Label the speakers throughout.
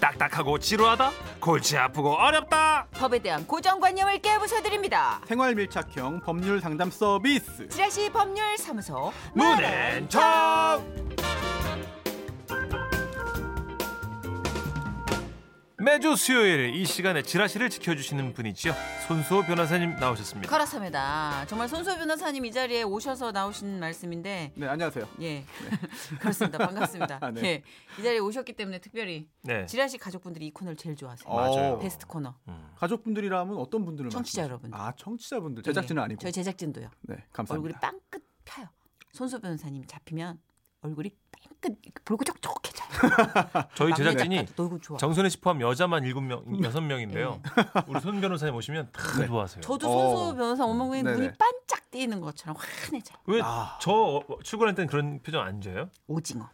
Speaker 1: 딱딱하고 지루하다? 골치 아프고 어렵다?
Speaker 2: 법에 대한 고정관념을 깨부숴드립니다.
Speaker 3: 생활 밀착형 법률 상담 서비스.
Speaker 2: 지라시 법률사무소
Speaker 1: 문앤정 매주 수요일 이 시간에 지라시를 지켜주시는 분이죠 손수호 변호사님 나오셨습니다
Speaker 2: 카라사입니다. 네, 정말 손소 변호사님 이 자리에 오셔서 나오신 말씀인데
Speaker 3: 네 안녕하세요.
Speaker 2: 예 그렇습니다. 반갑습니다.
Speaker 3: 네.
Speaker 2: 예, 이 자리에 오셨기 때문에 특별히
Speaker 1: 네.
Speaker 2: 그 지라시 가족분들이 이 코너를 제일 좋아하세요.
Speaker 1: 맞아요.
Speaker 3: 어,
Speaker 2: 베스트 코너.
Speaker 3: 가족분들이라면 어떤 분들을
Speaker 2: 청취자
Speaker 3: 말씀하시죠?
Speaker 2: 여러분들.
Speaker 3: 아 청취자분들 제작진은
Speaker 2: 예,
Speaker 3: 아니고.
Speaker 2: 저희 제작진도요.
Speaker 3: 네 감사합니다.
Speaker 2: 얼굴이 빵끝 펴요. 손소 변호사님 잡히면 얼굴이 빵끝 볼고 촉촉해져요.
Speaker 1: 저희
Speaker 2: 막내
Speaker 1: 제작진이
Speaker 2: 작가도 너무 좋아.
Speaker 1: 정선혜 씨 포함 여자만 일곱 명 음, 여섯 명인데요 우리 손 변호사님 오시면 다 좋아하세요
Speaker 2: 음. 네. 저도
Speaker 3: 어.
Speaker 2: 손소 변호사 어머니
Speaker 3: 네네.
Speaker 2: 눈이 반짝 띄는 것처럼 환해져요.
Speaker 1: 왜 저
Speaker 3: 아.
Speaker 1: 출근할 땐 그런 표정 안 지어요?
Speaker 2: 오징어.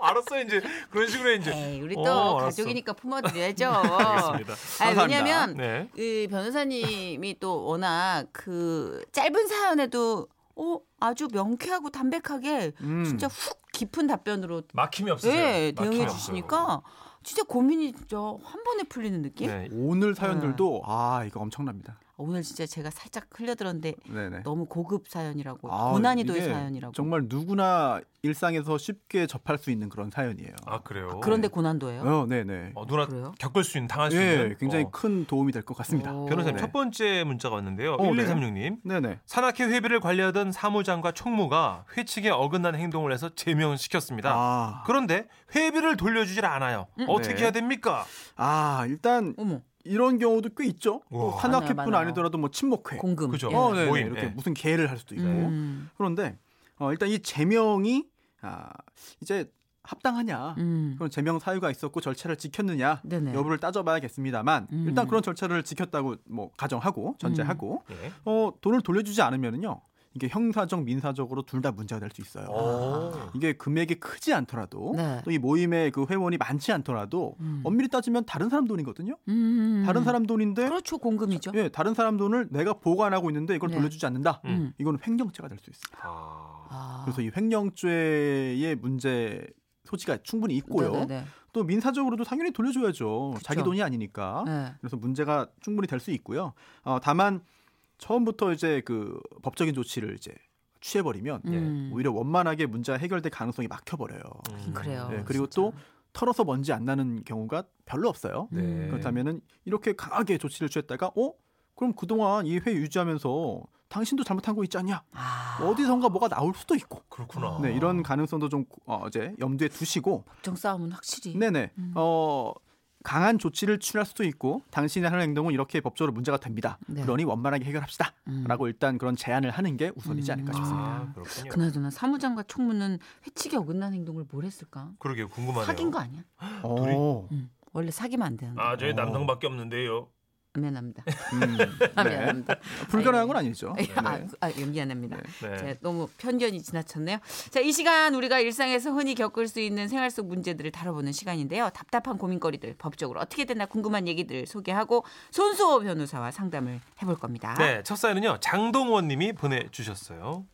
Speaker 1: 알았어요 이제 그런 식으로
Speaker 2: 에이, 우리
Speaker 1: 어,
Speaker 2: 또
Speaker 1: 알았어.
Speaker 2: 가족이니까 품어드려야죠.
Speaker 1: 알겠습니다.
Speaker 2: 아,
Speaker 3: 감사합니다.
Speaker 2: 왜냐면
Speaker 1: 네.
Speaker 2: 그 변호사님이 또 워낙 그 짧은 사연에도 어, 아주 명쾌하고 담백하게
Speaker 3: 음.
Speaker 2: 진짜 훅 깊은 답변으로
Speaker 1: 막힘이 없으세요
Speaker 2: 예,
Speaker 1: 막힘이
Speaker 2: 대응해
Speaker 1: 없어요.
Speaker 2: 주시니까 진짜 고민이 진짜 한 번에 풀리는 느낌?
Speaker 1: 네.
Speaker 3: 오늘 사연들도 아 이거 엄청납니다.
Speaker 2: 오늘 진짜 제가 살짝 흘려들었는데
Speaker 3: 네네.
Speaker 2: 너무 고급 사연이라고
Speaker 3: 아,
Speaker 2: 고난이도의
Speaker 3: 이게
Speaker 2: 사연이라고
Speaker 3: 정말 누구나 일상에서 쉽게 접할 수 있는 그런 사연이에요.
Speaker 1: 아 그래요?
Speaker 2: 그런데 고난도예요?
Speaker 3: 어, 네네.
Speaker 1: 어, 누나
Speaker 2: 그래요?
Speaker 1: 겪을 수 있는 당할 수
Speaker 3: 예,
Speaker 1: 있는
Speaker 3: 굉장히
Speaker 1: 어.
Speaker 3: 큰 도움이 될 것 같습니다.
Speaker 2: 오.
Speaker 1: 변호사님
Speaker 3: 네.
Speaker 1: 첫 번째 문자가 왔는데요.
Speaker 3: 어,
Speaker 1: 1236님.
Speaker 3: 네네.
Speaker 1: 산악회 회비를 관리하던 사무장과 총무가 회칙에 어긋난 행동을 해서 제명시켰습니다.
Speaker 3: 아,
Speaker 1: 그런데 회비를 돌려주질 않아요.
Speaker 2: 음.
Speaker 1: 어떻게
Speaker 3: 네.
Speaker 1: 해야 됩니까?
Speaker 3: 아 일단
Speaker 2: 어머,
Speaker 3: 이런 경우도 꽤 있죠.
Speaker 1: 우와.
Speaker 2: 많아요,
Speaker 3: 산악회뿐
Speaker 2: 많아요.
Speaker 3: 아니더라도 뭐 친목회.
Speaker 2: 공금.
Speaker 1: 그죠.
Speaker 2: 예.
Speaker 3: 어, 네,
Speaker 1: 모임,
Speaker 3: 이렇게
Speaker 1: 예.
Speaker 3: 무슨 개를 할 수도 있고.
Speaker 2: 음,
Speaker 3: 그런데 어, 일단 이 제명이 아, 이제 합당하냐
Speaker 2: 음.
Speaker 3: 그런 제명 사유가 있었고 절차를 지켰느냐
Speaker 2: 네네.
Speaker 3: 여부를 따져봐야겠습니다만
Speaker 2: 음.
Speaker 3: 일단 그런 절차를 지켰다고 뭐 가정하고 전제하고
Speaker 1: 예.
Speaker 2: 음.
Speaker 3: 어, 돈을 돌려주지 않으면은요 이게 형사적 민사적으로 둘 다 문제가 될 수 있어요.
Speaker 2: 아.
Speaker 1: 오.
Speaker 3: 이게 금액이 크지 않더라도
Speaker 2: 네.
Speaker 3: 또 이 모임의 그 회원이 많지 않더라도
Speaker 2: 음.
Speaker 3: 엄밀히 따지면 다른 사람 돈이거든요.
Speaker 2: 음.
Speaker 3: 다른 사람 돈인데
Speaker 2: 그렇죠 공금이죠.
Speaker 3: 예, 다른 사람 돈을 내가 보관하고 있는데 이걸
Speaker 2: 네.
Speaker 3: 돌려주지 않는다.
Speaker 1: 음.
Speaker 3: 이건 횡령죄가 될 수 있어요.
Speaker 1: 아.
Speaker 2: 아.
Speaker 3: 그래서 이 횡령죄의 문제 소지가 충분히 있고요.
Speaker 2: 네네네.
Speaker 3: 또 민사적으로도 당연히 돌려줘야죠. 자기 돈이 아니니까.
Speaker 2: 네.
Speaker 3: 그래서 문제가 충분히 될 수 있고요. 어, 다만 처음부터 이제 그 법적인 조치를 이제 취해버리면
Speaker 1: 예.
Speaker 2: 음.
Speaker 3: 오히려 원만하게 문제가 해결될 가능성이 막혀버려요.
Speaker 1: 음.
Speaker 2: 그래요.
Speaker 3: 네, 그리고 또 털어서 먼지 안 나는 경우가 별로 없어요.
Speaker 1: 네.
Speaker 2: 음.
Speaker 3: 그렇다면은 이렇게 강하게 조치를 취했다가 어 그럼 그동안 이 회 유지하면서 당신도 잘못한 거 있지 않냐
Speaker 2: 아,
Speaker 3: 어디선가 뭐가 나올 수도 있고
Speaker 1: 그렇구나.
Speaker 3: 네 이런 가능성도 좀 어, 이제 염두에 두시고
Speaker 2: 법정 싸움은 확실히.
Speaker 3: 네네 어 강한 조치를 취할 수도 있고 당신이 하는 행동은 이렇게 법적으로 문제가 됩니다
Speaker 2: 네.
Speaker 3: 그러니 원만하게 해결합시다
Speaker 2: 음.
Speaker 3: 라고 일단 그런 제안을 하는 게 우선이지 않을까 싶습니다
Speaker 1: 아, 그렇군요.
Speaker 2: 그나저나 사무장과 총무는 회칙에 어긋난 행동을 뭘 했을까?
Speaker 1: 그러게요. 궁금하네요.
Speaker 2: 사귄 거 아니야?
Speaker 3: 오.
Speaker 2: 음. 원래 사귀면 안 되는데.
Speaker 1: 아, 저희
Speaker 3: 어.
Speaker 1: 남성밖에 없는데요.
Speaker 2: 미안합니다.
Speaker 3: 음,
Speaker 2: 아,
Speaker 3: 네.
Speaker 2: 미안합니다.
Speaker 3: 불가능한 건 아니죠 네.
Speaker 2: 아, 아, 예, 미안합니다.
Speaker 1: 네.
Speaker 2: 제가 너무 편견이 지나쳤네요. 자, 이 시간 우리가 일상에서 흔히 겪을 수 있는 생활 속 문제들을 다뤄보는 시간인데요. 답답한 고민거리들, 법적으로 어떻게 되나 궁금한 얘기들 소개하고 손수호 변호사와 상담을 해볼 겁니다.
Speaker 1: 네, 첫 사연은요. 장동원 님이 보내 주셨어요.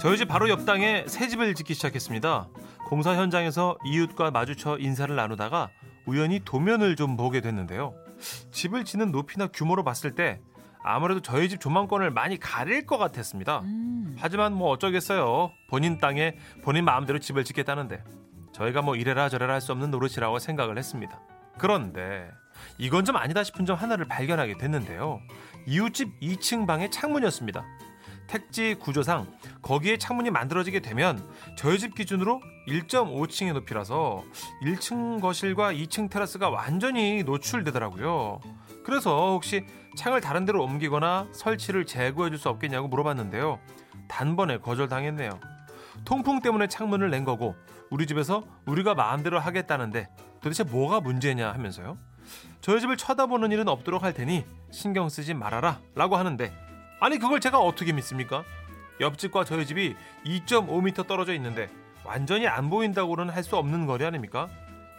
Speaker 1: 저희 집 바로 옆 땅에 새 집을 짓기 시작했습니다. 공사 현장에서 이웃과 마주쳐 인사를 나누다가 우연히 도면을 좀 보게 됐는데요. 집을 짓는 높이나 규모로 봤을 때 아무래도 저희 집 조망권을 많이 가릴 것 같았습니다.
Speaker 2: 음.
Speaker 1: 하지만 뭐 어쩌겠어요. 본인 땅에 본인 마음대로 집을 짓겠다는데 저희가 뭐 이래라 저래라 할 수 없는 노릇이라고 생각을 했습니다. 그런데 이건 좀 아니다 싶은 점 하나를 발견하게 됐는데요. 이웃집 2층 방의 창문이었습니다. 택지 구조상 거기에 창문이 만들어지게 되면 저희 집 기준으로 1.5층의 높이라서 1층 거실과 2층 테라스가 완전히 노출되더라고요. 그래서 혹시 창을 다른 데로 옮기거나 설치를 제거해 줄 수 없겠냐고 물어봤는데요. 단번에 거절당했네요. 통풍 때문에 창문을 낸 거고 우리 집에서 우리가 마음대로 하겠다는데 도대체 뭐가 문제냐 하면서요. 저희 집을 쳐다보는 일은 없도록 할 테니 신경 쓰지 말아라 라고 하는데 아니 그걸 제가 어떻게 믿습니까? 옆집과 저희 집이 2.5m 떨어져 있는데 완전히 안 보인다고는 할 수 없는 거리 아닙니까?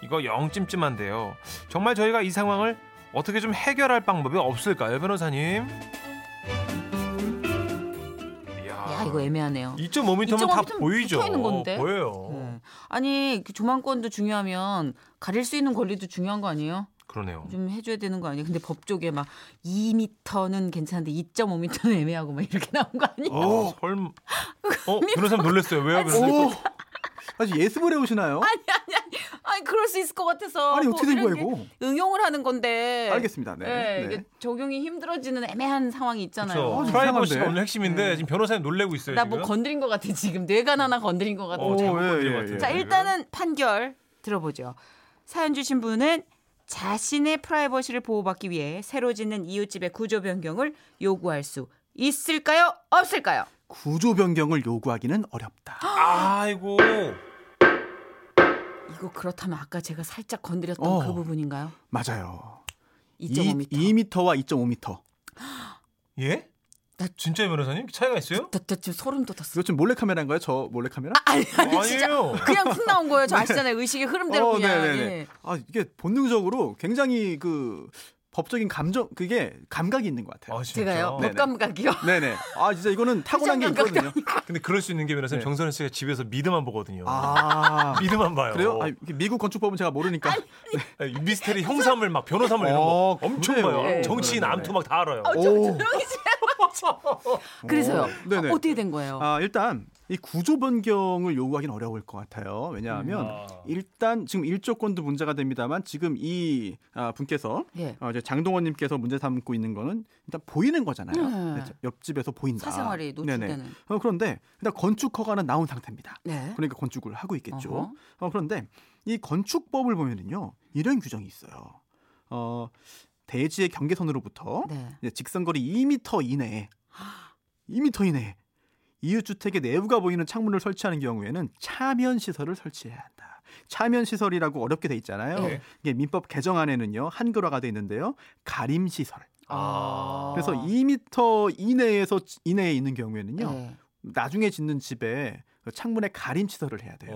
Speaker 1: 이거 영 찜찜한데요. 정말 저희가 이 상황을 어떻게 좀 해결할 방법이 없을까요, 변호사님? 이야.
Speaker 2: 야, 아 이거 애매하네요.
Speaker 1: 2.5m면 다
Speaker 2: 2.5m 면
Speaker 1: 보이죠.
Speaker 2: 붙어 있는 건데.
Speaker 1: 보여요.
Speaker 2: 네. 아니 그 조망권도 중요하면 가릴 수 있는 권리도 중요한 거 아니에요?
Speaker 1: 그러네요.
Speaker 2: 좀 해줘야 되는 거 아니에요? 근데 법조계 막 2m는 괜찮은데 2.5m는 애매하고 막 이렇게 나온 거 아니에요?
Speaker 1: 어, 설마. 어, 변호사님 놀랐어요.
Speaker 2: 아,
Speaker 1: 왜요, 변호사님?
Speaker 3: 오, 아주 예습을 해오시나요?
Speaker 2: 아니 아니 아니 아니 그럴 수 있을 것 같아서
Speaker 3: 아니,
Speaker 2: 뭐
Speaker 3: 어떻게 된
Speaker 2: 이런
Speaker 3: 거야,
Speaker 2: 게 응용을 하는 건데
Speaker 3: 알겠습니다. 네.
Speaker 2: 네,
Speaker 3: 네.
Speaker 2: 이게 적용이 힘들어지는 애매한 상황이 있잖아요. 네.
Speaker 1: 그렇죠.
Speaker 3: 어,
Speaker 1: 프라이버시가
Speaker 3: 이상한데?
Speaker 1: 오늘 핵심인데 지금 변호사님 놀래고 있어요.
Speaker 2: 나 뭐
Speaker 1: 지금.
Speaker 2: 건드린 것 같아 지금 뇌가 하나 건드린 것 같아.
Speaker 1: 어, 잘못
Speaker 3: 오, 예,
Speaker 1: 건드린
Speaker 3: 예,
Speaker 1: 것 같아요.
Speaker 3: 예.
Speaker 2: 자
Speaker 1: 지금.
Speaker 2: 일단은 판결 들어보죠. 사연 주신 분은 자신의 프라이버시를 보호받기 위해 새로 짓는 이웃집의 구조 변경을 요구할 수 있을까요? 없을까요?
Speaker 3: 구조 변경을 요구하기는 어렵다.
Speaker 1: 아이고.
Speaker 2: 이거 그렇다면 아까 제가 살짝 건드렸던
Speaker 3: 어.
Speaker 2: 그 부분인가요?
Speaker 3: 맞아요.
Speaker 2: 2.5m.
Speaker 3: 2m와 2.5m.
Speaker 1: 예?
Speaker 2: 나-
Speaker 1: 진짜 변호사님 차이가 있어요?
Speaker 2: 나, 나 지금 소름 돋았어.
Speaker 3: 이거 지금 몰래카메라인가요? 저 몰래카메라?
Speaker 2: 아니, 아니 진짜
Speaker 1: 아니에요.
Speaker 2: 그냥 훅 나온 거예요. 저 아시잖아요. 의식의 흐름대로 그냥.
Speaker 3: 네. 어, 네네네.
Speaker 2: 예.
Speaker 3: 아, 이게 본능적으로 굉장히 그 법적인 감정, 그게 감각이 있는 것 같아요.
Speaker 1: 아, 진짜.
Speaker 2: 제가요.
Speaker 3: 네네.
Speaker 2: 법감각이요.
Speaker 3: 네네. 아, 진짜 이거는 타고난 게
Speaker 2: 감각이
Speaker 3: 있거든요.
Speaker 1: 근데 그럴 수 있는 게 변호사님
Speaker 3: 네.
Speaker 1: 정선우 씨가 집에서 미드만 보거든요.
Speaker 3: 아,
Speaker 1: 미드만 어. 봐요.
Speaker 3: 그래요? 아, 이게 미국 건축법은 제가 모르니까.
Speaker 1: 아니, 미스테리 형사물 막 변호사물 이런 거
Speaker 3: 어,
Speaker 1: 엄청
Speaker 3: 그래요.
Speaker 1: 봐요.
Speaker 2: 네.
Speaker 1: 정치인
Speaker 3: 그러네.
Speaker 1: 암투 막 다 알아요. 어.
Speaker 2: 어, 좀
Speaker 3: 오.
Speaker 2: 조용히 좀 해보죠. 그래서요.
Speaker 3: 네네.
Speaker 2: 아, 어떻게 된 거예요?
Speaker 3: 아, 일단 이 구조 변경을 요구하기는 어려울 것 같아요. 왜냐하면
Speaker 1: 아.
Speaker 3: 일단 지금 일조권도 문제가 됩니다만 지금 이 아, 분께서
Speaker 2: 예.
Speaker 3: 어, 이제 장동원님께서 문제 삼고 있는 거는 일단 보이는 거잖아요.
Speaker 2: 네.
Speaker 3: 그렇죠? 옆집에서 보인다.
Speaker 2: 사생활이
Speaker 3: 네네.
Speaker 2: 노출되는.
Speaker 3: 어, 그런데 일단 건축 허가는 나온 상태입니다.
Speaker 2: 네.
Speaker 3: 그러니까 건축을 하고
Speaker 2: 어허.
Speaker 3: 있겠죠. 어, 그런데 이 건축법을 보면은요 이런 규정이 있어요. 어, 대지의 경계선으로부터
Speaker 2: 네.
Speaker 3: 이제 직선거리 2m 이내에 2m 이내에 이웃 주택의 내부가 보이는 창문을 설치하는 경우에는 차면 시설을 설치해야 한다. 차면 시설이라고 어렵게 돼 있잖아요.
Speaker 1: 네.
Speaker 3: 이게 민법 개정안에는요 한글화가 돼 있는데요 가림 시설.
Speaker 1: 아.
Speaker 3: 그래서 2m 이내에서 이내에 있는 경우에는요
Speaker 2: 네.
Speaker 3: 나중에 짓는 집에 그 창문에 가림 시설을 해야 돼요.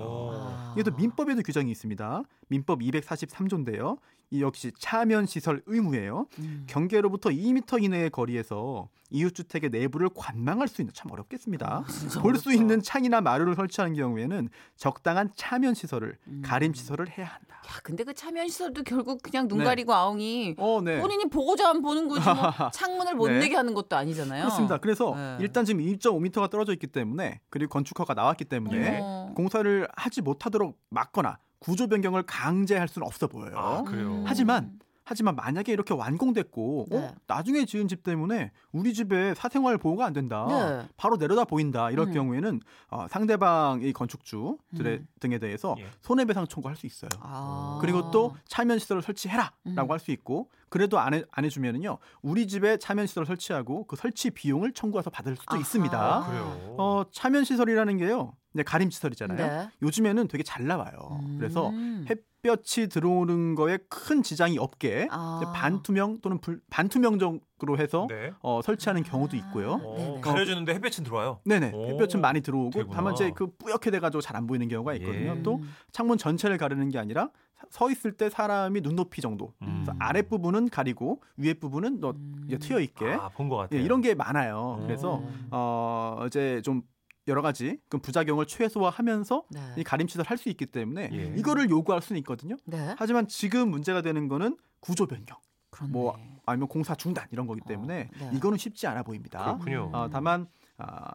Speaker 1: 어.
Speaker 2: 아,
Speaker 3: 이게 또 민법에도 규정이 있습니다. 민법 243조인데요. 이 역시 차면 시설 의무예요.
Speaker 2: 음.
Speaker 3: 경계로부터 2m 이내의 거리에서 이웃 주택의 내부를 관망할 수 있는 참 어렵겠습니다.
Speaker 2: 아, 진짜
Speaker 3: 볼 수
Speaker 2: 어렵다.
Speaker 3: 있는 창이나 마루를 설치하는 경우에는 적당한 차면 시설을
Speaker 2: 음.
Speaker 3: 가림 시설을 해야 한다.
Speaker 2: 야, 근데 그 참여 시설도 결국 그냥 눈
Speaker 3: 네.
Speaker 2: 가리고 아웅이
Speaker 3: 어, 네.
Speaker 2: 본인이 보고자 하면 보는 거지 뭐 창문을 못
Speaker 3: 네.
Speaker 2: 내게 하는 것도 아니잖아요.
Speaker 3: 그렇습니다. 그래서
Speaker 2: 네.
Speaker 3: 일단 지금 2.5m가 떨어져 있기 때문에 그리고 건축허가 나왔기 때문에
Speaker 2: 어머.
Speaker 3: 공사를 하지 못하도록 막거나 구조 변경을 강제할 수는 없어 보여요.
Speaker 1: 아, 그래요.
Speaker 2: 음.
Speaker 3: 하지만 하지만 만약에 이렇게 완공됐고 어?
Speaker 2: 네.
Speaker 3: 나중에 지은 집 때문에 우리 집에 사생활 보호가 안 된다.
Speaker 2: 네.
Speaker 3: 바로 내려다 보인다. 이럴
Speaker 2: 음.
Speaker 3: 경우에는 어, 상대방의 건축주 들에,
Speaker 2: 음.
Speaker 3: 등에 대해서
Speaker 1: 예.
Speaker 3: 손해배상 청구할 수 있어요.
Speaker 2: 아.
Speaker 3: 그리고 또 차면 시설을 설치해라라고
Speaker 2: 음.
Speaker 3: 할 수 있고 그래도 안, 해, 안 해주면은요 우리 집에 차면 시설을 설치하고 그 설치 비용을 청구해서 받을 수도
Speaker 2: 아하.
Speaker 3: 있습니다.
Speaker 1: 그래요.
Speaker 3: 어 차면 시설이라는 게요 이제 가림 시설이잖아요.
Speaker 2: 네.
Speaker 3: 요즘에는 되게 잘 나와요. 그래서
Speaker 2: 음.
Speaker 3: 햇볕이 들어오는 거에 큰 지장이 없게
Speaker 2: 아.
Speaker 3: 이제 반투명 또는 불, 반투명적으로 해서
Speaker 1: 네.
Speaker 3: 어, 설치하는 경우도 있고요.
Speaker 2: 아. 네네.
Speaker 1: 어, 가려주는데 햇볕은 들어와요.
Speaker 3: 네네
Speaker 1: 오,
Speaker 3: 햇볕은 많이 들어오고
Speaker 1: 되구나.
Speaker 3: 다만 이제 그 뿌옇게 돼가지고 잘 안 보이는 경우가 있거든요.
Speaker 1: 예.
Speaker 3: 또
Speaker 2: 음.
Speaker 3: 창문 전체를 가르는 게 아니라 사- 서 있을 때 사람이 눈높이 정도
Speaker 1: 음.
Speaker 3: 아랫 부분은 가리고 위에 부분은 너
Speaker 2: 음.
Speaker 3: 어, 이제 트여 있게
Speaker 1: 아, 본 것
Speaker 3: 예,
Speaker 1: 같아요.
Speaker 3: 이런 게 많아요. 그래서
Speaker 2: 음.
Speaker 3: 어 이제 좀 여러 가지 그 부작용을 최소화하면서
Speaker 2: 네.
Speaker 3: 이 가림 시설 할 수 있기 때문에
Speaker 1: 예.
Speaker 3: 이거를 요구할 수는 있거든요.
Speaker 2: 네.
Speaker 3: 하지만 지금 문제가 되는 거는 구조 변경
Speaker 2: 그렇네.
Speaker 3: 뭐 아니면 공사 중단 이런 거기 때문에
Speaker 2: 어, 네.
Speaker 3: 이거는 쉽지 않아 보입니다.
Speaker 1: 그렇군요.
Speaker 3: 어, 다만 아,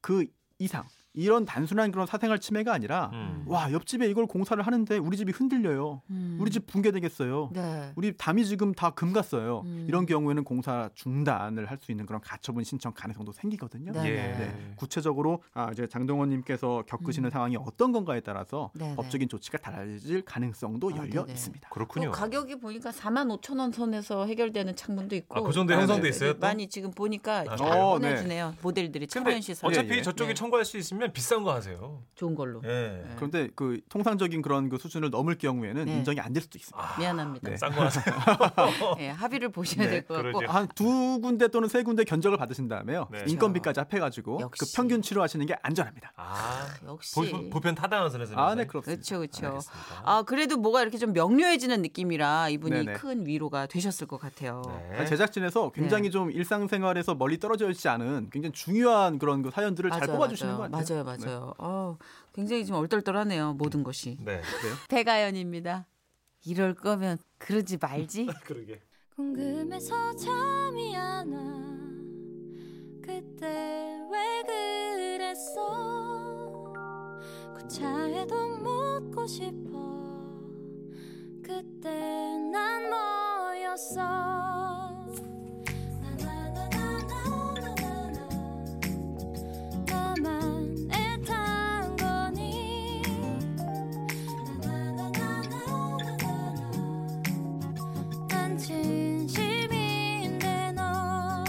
Speaker 3: 그 이상 이런 단순한 그런 사생활 침해가 아니라
Speaker 1: 음.
Speaker 3: 와 옆집에 이걸 공사를 하는데 우리 집이 흔들려요.
Speaker 2: 음.
Speaker 3: 우리 집 붕괴되겠어요.
Speaker 2: 네.
Speaker 3: 우리 담이 지금 다 금갔어요.
Speaker 2: 음.
Speaker 3: 이런 경우에는 공사 중단을 할 수 있는 그런 가처분 신청 가능성도 생기거든요.
Speaker 2: 네. 음.
Speaker 1: 예.
Speaker 3: 네. 구체적으로 아, 이제 장동원님께서 겪으시는 상황이 어떤 건가에 따라서
Speaker 2: 네네.
Speaker 3: 법적인 조치가 달라질 가능성도
Speaker 2: 아,
Speaker 3: 열려
Speaker 2: 네네.
Speaker 3: 있습니다.
Speaker 1: 그렇군요.
Speaker 2: 그 가격이 보니까 4만 5천 원 선에서 해결되는 창문도 있고.
Speaker 1: 아, 그 정도에
Speaker 3: 형성돼
Speaker 2: 네, 네,
Speaker 1: 있어요,
Speaker 2: 네.
Speaker 1: 또?
Speaker 2: 많이 지금 보니까
Speaker 1: 아,
Speaker 2: 좀
Speaker 3: 그래요?
Speaker 2: 뻔해지네요. 모델들이
Speaker 1: 근데
Speaker 2: 참여 시설.
Speaker 3: 어째-
Speaker 1: 어차피
Speaker 3: 예, 예.
Speaker 1: 저쪽이
Speaker 2: 네.
Speaker 1: 거 할 수 있으면 비싼 거 하세요.
Speaker 2: 좋은 걸로.
Speaker 1: 예.
Speaker 2: 네.
Speaker 3: 그런데 그 통상적인 그런 그 수준을 넘을 경우에는
Speaker 2: 네.
Speaker 3: 인정이 안 될 수도 있습니다.
Speaker 1: 아,
Speaker 2: 미안합니다.
Speaker 3: 네.
Speaker 1: 싼 거 하세요.
Speaker 2: 예, 합의를 보셔야
Speaker 3: 네,
Speaker 2: 될 것 같고.
Speaker 1: 그러죠.
Speaker 3: 한 두 군데 또는 세 군데 견적을 받으신 다음에요.
Speaker 1: 네.
Speaker 3: 인건비까지 합해가지고
Speaker 2: 그렇죠. 역시.
Speaker 3: 그 평균치로 하시는 게 안전합니다.
Speaker 1: 아,
Speaker 2: 역시.
Speaker 1: 보, 보- 보편 타당한 선에서.
Speaker 3: 아, 네,
Speaker 2: 그렇죠,
Speaker 3: 그렇습니다.
Speaker 2: 그렇죠.
Speaker 1: 알겠습니다.
Speaker 2: 아 그래도 뭐가 이렇게 좀 명료해지는 느낌이라 이분이
Speaker 3: 네네.
Speaker 2: 큰 위로가 되셨을 것 어, 같아요.
Speaker 1: 네.
Speaker 3: 제작진에서 굉장히 좀 일상생활에서 멀리 떨어져 있지 않은 굉장히 중요한 그런 그 사연들을 잘 뽑아주시는
Speaker 2: 맞아요.
Speaker 3: 것 같아요.
Speaker 2: 맞아요,
Speaker 3: 네.
Speaker 2: 맞아요. 어, 굉장히 지금 얼떨떨하네요. 모든 것이.
Speaker 1: 네.
Speaker 2: 배가연입니다. 이럴 거면 그러지 말지.
Speaker 1: 그러게.
Speaker 4: 궁금해서 잠이 안 와. 그때 왜 그랬어? 구차해도 묻고 싶어. 그때 난 뭐였어? 나나나나나나나. 나만 애탄 거니? 나나나나나나나. 난 진심인데 넌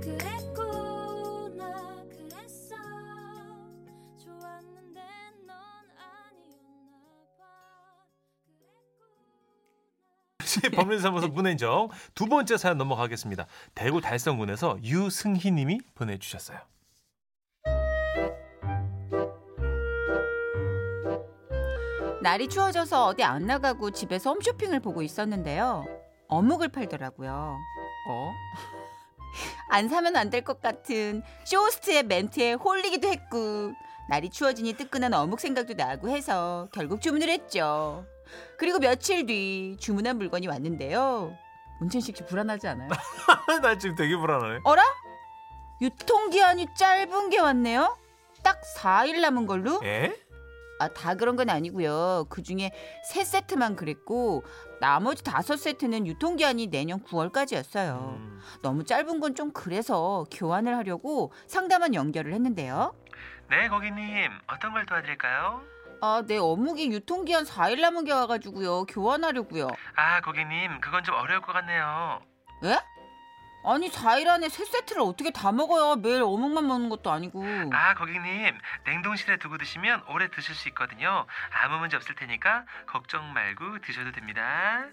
Speaker 4: 그랬구나 그랬어 좋았는데 넌 아니었나봐
Speaker 1: 법률사무소 문앤정 두 번째 사연 넘어가겠습니다. 대구 달성군에서 유승희님이 보내주셨어요.
Speaker 2: 날이 추워져서 어디 안 나가고 집에서 홈쇼핑을 보고 있었는데요. 어묵을 팔더라고요. 어? 안 사면 안 될 것 같은 쇼호스트의 멘트에 홀리기도 했고 날이 추워지니 뜨끈한 어묵 생각도 나고 해서 결국 주문을 했죠. 그리고 며칠 뒤 주문한 물건이 왔는데요. 문천식 씨 불안하지 않아요?
Speaker 1: 나 지금 되게 불안하네.
Speaker 2: 어라? 유통기한이 짧은 게 왔네요? 딱 4일 남은 걸로?
Speaker 1: 예?
Speaker 2: 아, 다 그런 건 아니고요. 그중에 세 세트만 그랬고 나머지 다섯 세트는 유통기한이 내년 9월까지였어요.
Speaker 1: 음.
Speaker 2: 너무 짧은 건 좀 그래서 교환을 하려고 상담원 연결을 했는데요.
Speaker 5: 네, 고객님. 어떤 걸 도와드릴까요?
Speaker 2: 아, 내 어묵이 유통기한 4일 남은 게 와가지고요. 교환하려고요.
Speaker 5: 아, 고객님. 그건 좀 어려울 것 같네요.
Speaker 2: 예? 아니 4일 안에 세 세트를 어떻게 다 먹어요? 매일 어묵만 먹는 것도 아니고.
Speaker 5: 아, 고객님. 냉동실에 두고 드시면 오래 드실 수 있거든요. 아무 문제 없을 테니까 걱정 말고 드셔도 됩니다.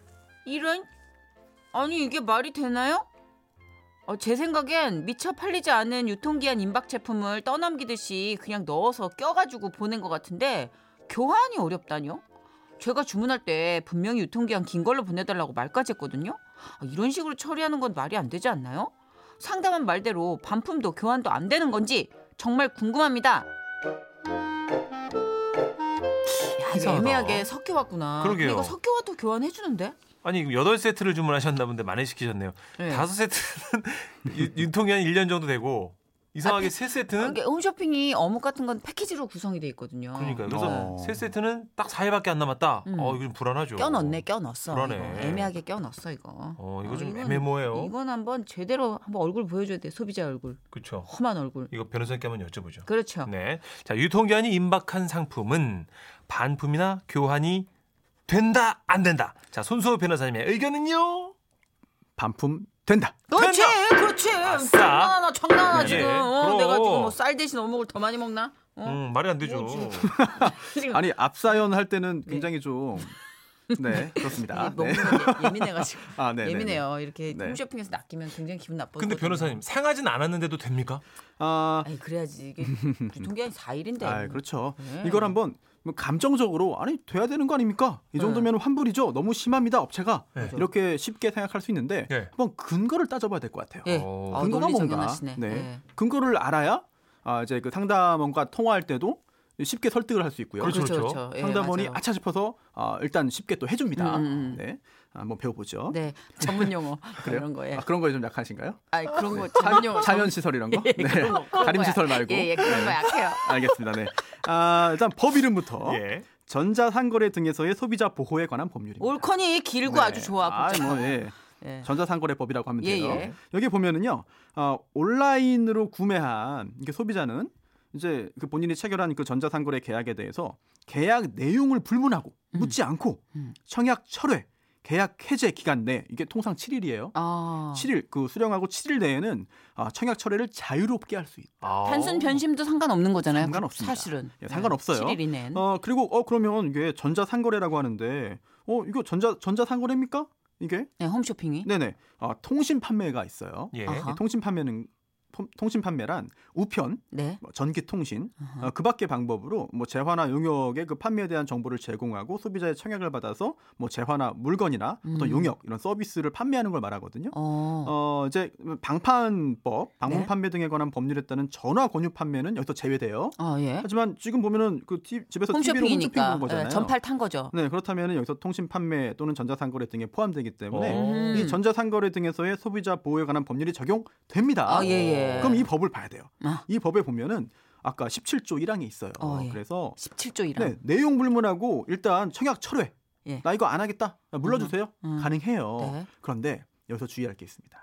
Speaker 2: 이런 아니 이게 말이 되나요? 어, 제 생각엔 미처 팔리지 않은 유통기한 임박 제품을 떠넘기듯이 그냥 넣어서 껴가지고 보낸 것 같은데 교환이 어렵다뇨? 제가 주문할 때 분명히 유통기한 긴 걸로 보내달라고 말까지 했거든요. 아, 이런 식으로 처리하는 건 말이 안 되지 않나요? 상담한 말대로 반품도 교환도 안 되는 건지 정말 궁금합니다. 야, 이거
Speaker 1: 이상하다.
Speaker 2: 애매하게 섞여 왔구나.
Speaker 1: 그러게요.
Speaker 2: 이거 섞여 와도 교환해 주는데?
Speaker 1: 아니 8세트를 주문하셨나 본데 많이 시키셨네요.
Speaker 2: 네.
Speaker 1: 다섯 세트는 유통기한 1년 정도 되고 이상하게 세세트는
Speaker 2: 아, 이게 홈쇼핑이 어묵 같은 건 패키지로 구성이 돼 있거든요. 네.
Speaker 1: 그러니까
Speaker 3: 어.
Speaker 1: 그래서 세세트는딱 4일밖에 안 남았다.
Speaker 2: 음.
Speaker 1: 어 이거 좀 불안하죠.
Speaker 2: 껴 넣네, 껴 넣었어.
Speaker 1: 그러네.
Speaker 2: 이거. 애매하게 껴 넣었어 이거.
Speaker 1: 어 이거
Speaker 2: 어,
Speaker 1: 좀
Speaker 2: 이건-
Speaker 1: 애매모호해요.
Speaker 2: 이건 한번 제대로 한번 얼굴 보여줘야 돼. 소비자 얼굴,
Speaker 1: 그렇죠.
Speaker 2: 험한 얼굴.
Speaker 1: 이거 변호사님께 한번 여쭤보죠.
Speaker 2: 그렇죠.
Speaker 1: 네. 자, 유통기한이 임박한 상품은 반품이나 교환이 된다 안 된다. 자, 손수호 변호사님의 의견은요?
Speaker 3: 반품 된다.
Speaker 2: 그렇지,
Speaker 1: 된다!
Speaker 2: 그렇지.
Speaker 1: 아싸.
Speaker 2: 장난하나, 장난하나
Speaker 1: 네,
Speaker 2: 지금. 어,
Speaker 1: 그럼.
Speaker 2: 내가 지금 뭐 쌀 대신 어묵을 더 많이 먹나? 어?
Speaker 1: 음, 말이 안 되죠.
Speaker 2: 어, 지금
Speaker 3: 아니 앞사연 할 때는 굉장히 좀 네, 그렇습니다.
Speaker 2: 이게 너무
Speaker 3: 네.
Speaker 2: 예- 예민해가지고
Speaker 3: 아, 네, 네, 네.
Speaker 2: 예민해요. 이렇게
Speaker 3: 네.
Speaker 2: 홈쇼핑에서 낚이면 굉장히 기분 나빠.
Speaker 1: 근데 변호사님, 상하진 않았는데도 됩니까?
Speaker 3: 아,
Speaker 2: 아니 그래야지 이게 유통기한이 4일인데.
Speaker 3: 아, 그렇죠.
Speaker 2: 네.
Speaker 3: 이걸 한번 뭐 감정적으로 아니 돼야 되는 거 아닙니까?
Speaker 2: 네.
Speaker 3: 이 정도면 환불이죠. 너무 심합니다 업체가
Speaker 1: 네.
Speaker 3: 이렇게 쉽게 생각할 수 있는데
Speaker 1: 네.
Speaker 3: 한번 근거를 따져봐야 될 것 같아요.
Speaker 2: 예.
Speaker 1: 어,
Speaker 2: 아,
Speaker 3: 근거가
Speaker 2: 논리적인
Speaker 3: 뭔가?
Speaker 2: 하시네.
Speaker 3: 네.
Speaker 2: 예.
Speaker 3: 근거를 알아야 아, 이제 그 상담원과 통화할 때도 쉽게 설득을 할 수 있고요.
Speaker 1: 그렇죠, 그렇죠.
Speaker 2: 예,
Speaker 3: 상담원이
Speaker 2: 맞아요.
Speaker 3: 아차 싶어서 아, 일단 쉽게 또 해줍니다.
Speaker 2: 음, 음, 음.
Speaker 3: 네, 한번 배워보죠.
Speaker 2: 네 전문 용어
Speaker 3: 그래요?
Speaker 2: 그런 거예.
Speaker 3: 아, 그런 거에 좀 약하신가요?
Speaker 2: 아 그런 거 전문 용어.
Speaker 3: 자면 시설 이런 거? 네.
Speaker 2: 그런
Speaker 3: 가림
Speaker 2: 거야.
Speaker 3: 시설 말고. 네.
Speaker 2: 예, 예 그런 거 약해요.
Speaker 3: 알겠습니다. 네. 아, 일단 법 이름부터
Speaker 1: 예.
Speaker 3: 전자상거래 등에서의 소비자 보호에 관한 법률입니다.
Speaker 2: 올커니 길고
Speaker 3: 네.
Speaker 2: 아주 좋아.
Speaker 3: 아,
Speaker 2: 복잡.
Speaker 3: 뭐, 예.
Speaker 2: 예.
Speaker 3: 전자상거래법이라고 하면
Speaker 2: 예,
Speaker 3: 돼요.
Speaker 2: 예.
Speaker 3: 여기 보면은요, 아, 온라인으로 구매한 이게 소비자는 이제 그 본인이 체결한 그 전자상거래 계약에 대해서 계약 내용을 불문하고 묻지 않고
Speaker 2: 음.
Speaker 3: 청약 철회, 계약 해제 기간 내 이게 통상 7일이에요.
Speaker 2: 어.
Speaker 3: 7일 그 수령하고 7일 내에는 아, 청약 철회를 자유롭게 할 수 있다.
Speaker 1: 아.
Speaker 2: 단순 변심도 상관없는 거잖아요.
Speaker 3: 어. 상관없습니다.
Speaker 2: 사실은
Speaker 3: 예, 상관없어요.
Speaker 2: 7일이네.
Speaker 3: 어 그리고 어 그러면 이게 전자 상거래라고 하는데 어 이거 전자 전자 상거래입니까? 이게
Speaker 2: 네, 홈쇼핑이.
Speaker 3: 네네 아 통신 판매가 있어요.
Speaker 1: 예.
Speaker 2: 아하.
Speaker 3: 이 통신 판매는 폼- 통신 판매란 우편,
Speaker 2: 네.
Speaker 3: 뭐 전기 통신
Speaker 2: 아하.
Speaker 3: 어, 그밖의 방법으로 뭐 재화나 용역의 그 판매에 대한 정보를 제공하고 소비자의 청약을 받아서 뭐 재화나 물건이나
Speaker 2: 음.
Speaker 3: 어떤 용역 이런 서비스를 판매하는 걸 말하거든요.
Speaker 2: 어.
Speaker 3: 어 이제 방판법, 방문
Speaker 2: 네.
Speaker 3: 판매 등에 관한 법률에 따른 전화 권유 판매는 여기서 제외돼요.
Speaker 2: 어, 예.
Speaker 3: 하지만 지금 보면은 그 티- 집에서 TV로 홈쇼핑
Speaker 2: 홈쇼핑이니까
Speaker 3: 본 거잖아요.
Speaker 2: 예, 전팔 탄 거죠.
Speaker 3: 네 그렇다면은 여기서 통신 판매 또는 전자상거래 등에 포함되기 때문에
Speaker 1: 어.
Speaker 2: 음.
Speaker 3: 네. 이 전자상거래 등에서의 소비자 보호에 관한 법률이 적용됩니다.
Speaker 2: 아, 예, 예.
Speaker 3: 그럼 이 법을 봐야 돼요.
Speaker 2: 아.
Speaker 3: 이 법에 보면은 아까 17조 1항이 있어요.
Speaker 2: 어, 예.
Speaker 3: 그래서
Speaker 2: 17조 1항.
Speaker 3: 네, 내용 불문하고 일단 청약 철회.
Speaker 2: 예.
Speaker 3: 나 이거 안 하겠다. 나 물러주세요.
Speaker 2: 음, 음.
Speaker 3: 가능해요.
Speaker 2: 네.
Speaker 3: 그런데 여기서 주의할 게 있습니다.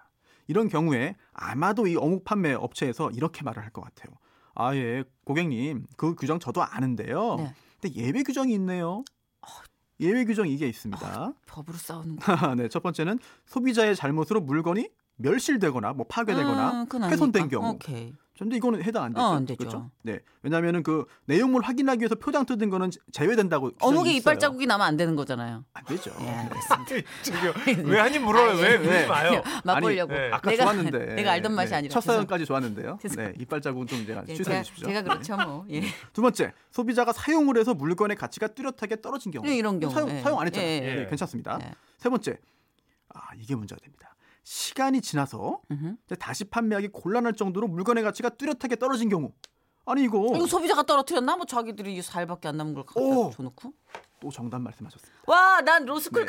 Speaker 3: 이런 경우에 아마도 이 어묵 판매 업체에서 이렇게 말을 할 것 같아요. 아예 고객님 그 규정 저도 아는데요.
Speaker 2: 네. 어.
Speaker 3: 근데 예외 규정이 있네요. 예외 규정 이게 있습니다.
Speaker 2: 법으로 싸우는 거.
Speaker 3: 네, 첫 번째는 소비자의 잘못으로 물건이 멸실되거나 뭐 파괴되거나
Speaker 2: 음, 그건
Speaker 3: 훼손된
Speaker 2: 아니니까.
Speaker 3: 경우.
Speaker 2: 오케이.
Speaker 3: 근데 이거는 해당 안 되죠.
Speaker 2: 어, 안 되죠.
Speaker 3: 그렇죠? 네. 왜냐면은 그 내용물 확인하기 위해서 표장 뜯은 거는 제외된다고 규정이
Speaker 2: 어묵에
Speaker 3: 있어요.
Speaker 2: 이빨 자국이 나면 안 되는 거잖아요.
Speaker 3: 안 되죠.
Speaker 2: 예, 알겠습니다.
Speaker 1: 왜 아니 물어요?
Speaker 2: 아, 예.
Speaker 1: 왜 물지 마요?
Speaker 2: 맛보려고.
Speaker 1: 아니, 네.
Speaker 3: 아까
Speaker 2: 내가,
Speaker 3: 좋았는데.
Speaker 2: 내가 알던 맛이
Speaker 3: 네,
Speaker 2: 아니라.
Speaker 3: 첫
Speaker 2: 죄송-
Speaker 3: 사연까지 좋았는데요.
Speaker 2: 죄송-
Speaker 3: 네, 이빨 자국은 좀 제가
Speaker 2: 예,
Speaker 3: 취소해
Speaker 2: 제가,
Speaker 3: 주십시오.
Speaker 2: 제가 그렇죠 뭐. 예.
Speaker 3: 두 번째, 소비자가 사용을 해서 물건의 가치가 뚜렷하게 떨어진 경우.
Speaker 2: 네, 이런 경우.
Speaker 3: 사용,
Speaker 2: 예.
Speaker 3: 사용 안 했잖아요.
Speaker 2: 예,
Speaker 1: 예.
Speaker 3: 네, 괜찮습니다.
Speaker 2: 예.
Speaker 3: 세 번째, 아 이게 문제가 됩니다. 시간이 지나서
Speaker 2: 음흠.
Speaker 3: 이제 다시 판매하기 곤란할 정도로 물건의 가치가 뚜렷하게 떨어진 경우. 아니 이거
Speaker 2: 이거 소비자가 떨어뜨렸나? 뭐 자기들이 이 살밖에 안 남은 걸 갖다
Speaker 3: 오.
Speaker 2: 줘놓고.
Speaker 3: 또 정답 말씀하셨어요.
Speaker 2: 와, 난 로스쿨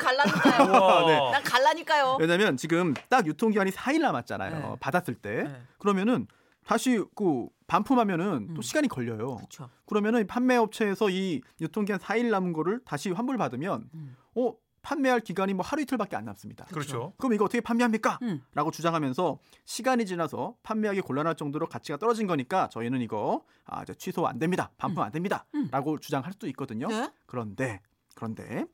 Speaker 2: 갈라니까요.
Speaker 1: 우와.
Speaker 3: 네.
Speaker 2: 난 갈라니까요.
Speaker 3: 왜냐면 하 지금 딱 유통기한이 4일 남았잖아요.
Speaker 2: 어? 네.
Speaker 3: 받았을 때.
Speaker 2: 네.
Speaker 3: 그러면은 다시 그 반품하면은
Speaker 2: 음.
Speaker 3: 또 시간이 걸려요.
Speaker 2: 그렇죠.
Speaker 3: 그러면은 이 판매업체에서 이 유통기한 4일 남은 거를 다시 환불받으면
Speaker 2: 음.
Speaker 3: 어 판매할 기간이 뭐 하루 이틀밖에 안 남습니다.
Speaker 1: 그렇죠.
Speaker 3: 그럼 이거 어떻게 판매합니까?
Speaker 2: 음.
Speaker 3: 라고 주장하면서 시간이 지나서 판매하기 곤란할 정도로 가치가 떨어진 거니까 저희는 이거 아, 이제 취소 안 됩니다. 반품 안 됩니다.
Speaker 2: 음.
Speaker 3: 라고 주장할 수도 있거든요.
Speaker 2: 네?
Speaker 3: 그런데 그런데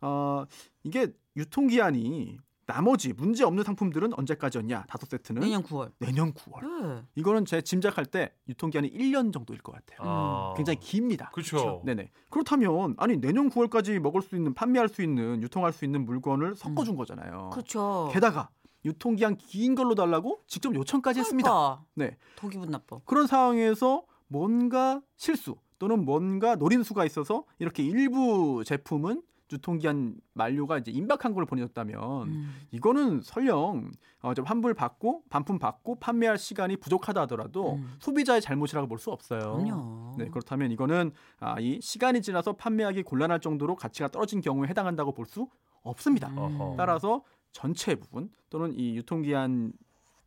Speaker 3: 어, 이게 유통기한이 나머지 문제 없는 상품들은 언제까지였냐? 다섯 세트는
Speaker 2: 내년 9월.
Speaker 3: 내년 9월.
Speaker 2: 네.
Speaker 3: 이거는 제 짐작할 때 유통기한이 1년 정도일 것 같아요.
Speaker 1: 아.
Speaker 3: 음, 굉장히 깁니다.
Speaker 1: 그렇죠.
Speaker 3: 네네. 그렇다면 아니 내년 9월까지 먹을 수 있는 판매할 수 있는 유통할 수 있는 물건을 섞어준 거잖아요.
Speaker 2: 음. 그렇죠.
Speaker 3: 게다가 유통기한 긴 걸로 달라고 직접 요청까지 했습니다.
Speaker 2: 그러니까.
Speaker 3: 네.
Speaker 2: 더 기분 나빠.
Speaker 3: 그런 상황에서 뭔가 실수 또는 뭔가 노린수가 있어서 이렇게 일부 제품은 유통기한 만료가 이제 임박한 걸 보내줬다면
Speaker 2: 음.
Speaker 3: 이거는 설령 어, 좀 환불 받고 반품 받고 판매할 시간이 부족하다 하더라도
Speaker 2: 음.
Speaker 3: 소비자의 잘못이라고 볼 수 없어요.
Speaker 2: 그럼요.
Speaker 3: 네, 그렇다면 이거는 아, 이 시간이 지나서 판매하기 곤란할 정도로 가치가 떨어진 경우에 해당한다고 볼 수 없습니다.
Speaker 2: 음.
Speaker 1: 어허.
Speaker 3: 따라서 전체 부분 또는 이 유통기한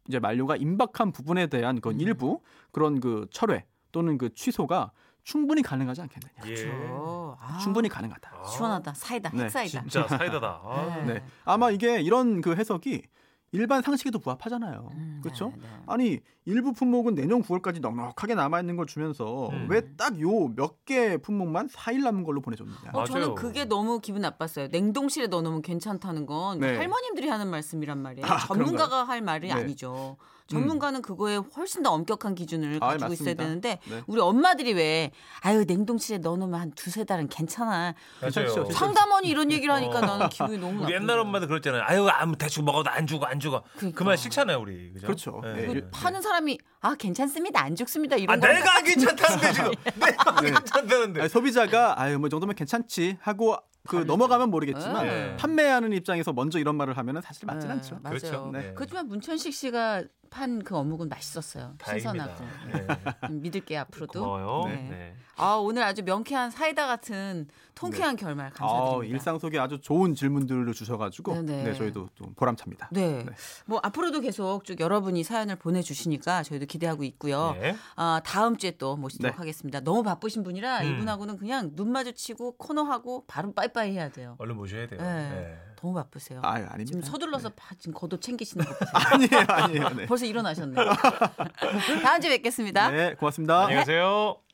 Speaker 3: 이제 만료가 임박한 부분에 대한 그
Speaker 2: 음.
Speaker 3: 일부 그런 그 철회 또는 그 취소가 충분히 가능하지 않겠느냐.
Speaker 1: 예.
Speaker 2: 그렇죠. 아,
Speaker 3: 충분히 가능하다.
Speaker 1: 아,
Speaker 2: 시원하다. 사이다.
Speaker 3: 네,
Speaker 2: 핵사이다.
Speaker 1: 진짜 사이다다. 아.
Speaker 2: 네.
Speaker 3: 네. 아마 이게 이런 그 해석이 일반 상식에도 부합하잖아요.
Speaker 2: 음,
Speaker 3: 그렇죠?
Speaker 2: 네, 네.
Speaker 3: 아니 일부 품목은 내년 9월까지 넉넉하게 남아 있는 걸 주면서
Speaker 1: 음.
Speaker 3: 왜 딱 요 몇 개 품목만 4일 남은 걸로 보내줬느냐.
Speaker 2: 어,
Speaker 1: 맞아요.
Speaker 2: 저는 그게 너무 기분 나빴어요. 냉동실에 넣어놓으면 괜찮다는 건
Speaker 3: 네.
Speaker 2: 할머님들이 하는 말씀이란 말이에요.
Speaker 3: 아,
Speaker 2: 전문가가 할 말이
Speaker 3: 네.
Speaker 2: 아니죠.
Speaker 1: 음.
Speaker 2: 전문가는 그거에 훨씬 더 엄격한 기준을
Speaker 3: 아,
Speaker 2: 가지고 있어야
Speaker 3: 맞습니다.
Speaker 2: 되는데
Speaker 3: 네.
Speaker 2: 우리 엄마들이 왜 아유 냉동실에 넣어놓으면 한 두세 달은 괜찮아.
Speaker 1: 맞아요.
Speaker 3: 괜찮죠?
Speaker 2: 상담원이 이런 얘기를 하니까
Speaker 1: 어.
Speaker 2: 나는 기분이 너무
Speaker 1: 우리
Speaker 2: 나쁜
Speaker 1: 옛날
Speaker 2: 거예요.
Speaker 1: 엄마도 그랬잖아요. 아유, 아무 대충 먹어도 안 죽어, 안 죽어.
Speaker 2: 그러니까.
Speaker 1: 그 말 싫잖아요, 우리. 그죠?
Speaker 3: 그렇죠.
Speaker 1: 예.
Speaker 3: 네.
Speaker 2: 그
Speaker 3: 일-
Speaker 2: 파는 사람이 아 괜찮습니다 안 죽습니다
Speaker 1: 아,
Speaker 2: 이런 네, 거랑
Speaker 1: 내가 괜찮다는데 지금. 내가 괜찮다는데.
Speaker 3: 아니, 소비자가 아유 뭐 이 정도면 괜찮지 하고 그 넘어가면 모르겠지만
Speaker 1: 네.
Speaker 3: 판매하는 입장에서 먼저 이런 말을 하면은 사실 맞진
Speaker 2: 네,
Speaker 3: 않죠.
Speaker 2: 맞아요.
Speaker 1: 그렇죠. 네.
Speaker 2: 그렇지만 문천식 씨가 판 그 어묵은 맛있었어요.
Speaker 1: 다행입니다.
Speaker 2: 신선하고
Speaker 1: 네.
Speaker 2: 음, 믿을게요 앞으로도.
Speaker 1: 고마워요.
Speaker 2: 네.
Speaker 1: 네.
Speaker 2: 아 오늘 아주 명쾌한 사이다 같은 통쾌한 결말
Speaker 3: 아,
Speaker 2: 감사드립니다.
Speaker 3: 일상 속에 아주 좋은 질문들을 주셔가지고
Speaker 2: 네, 네.
Speaker 3: 네, 저희도 좀 보람찹니다.
Speaker 2: 네. 뭐 앞으로도 계속 쭉 여러분이 사연을 보내주시니까 저희도 기대하고 있고요.
Speaker 1: 네.
Speaker 2: 아, 다음 주에 또 모시도록
Speaker 3: 네.
Speaker 2: 하겠습니다. 너무 바쁘신 분이라
Speaker 1: 음.
Speaker 2: 이분하고는 그냥 눈 마주치고 코너하고 바로 빠이빠이 해야 돼요.
Speaker 1: 얼른 모셔야 돼요.
Speaker 2: 네.
Speaker 1: 네.
Speaker 2: 너무 바쁘세요.
Speaker 3: 아유 아닙니다.
Speaker 2: 지금 서둘러서 바- 지금 겉옷 챙기시는 거 보세요.
Speaker 3: 아니에요 아니에요. 네.
Speaker 2: 벌써 일어나셨네요. 다음 주에 뵙겠습니다.
Speaker 3: 네 고맙습니다.
Speaker 1: 안녕히 가세요.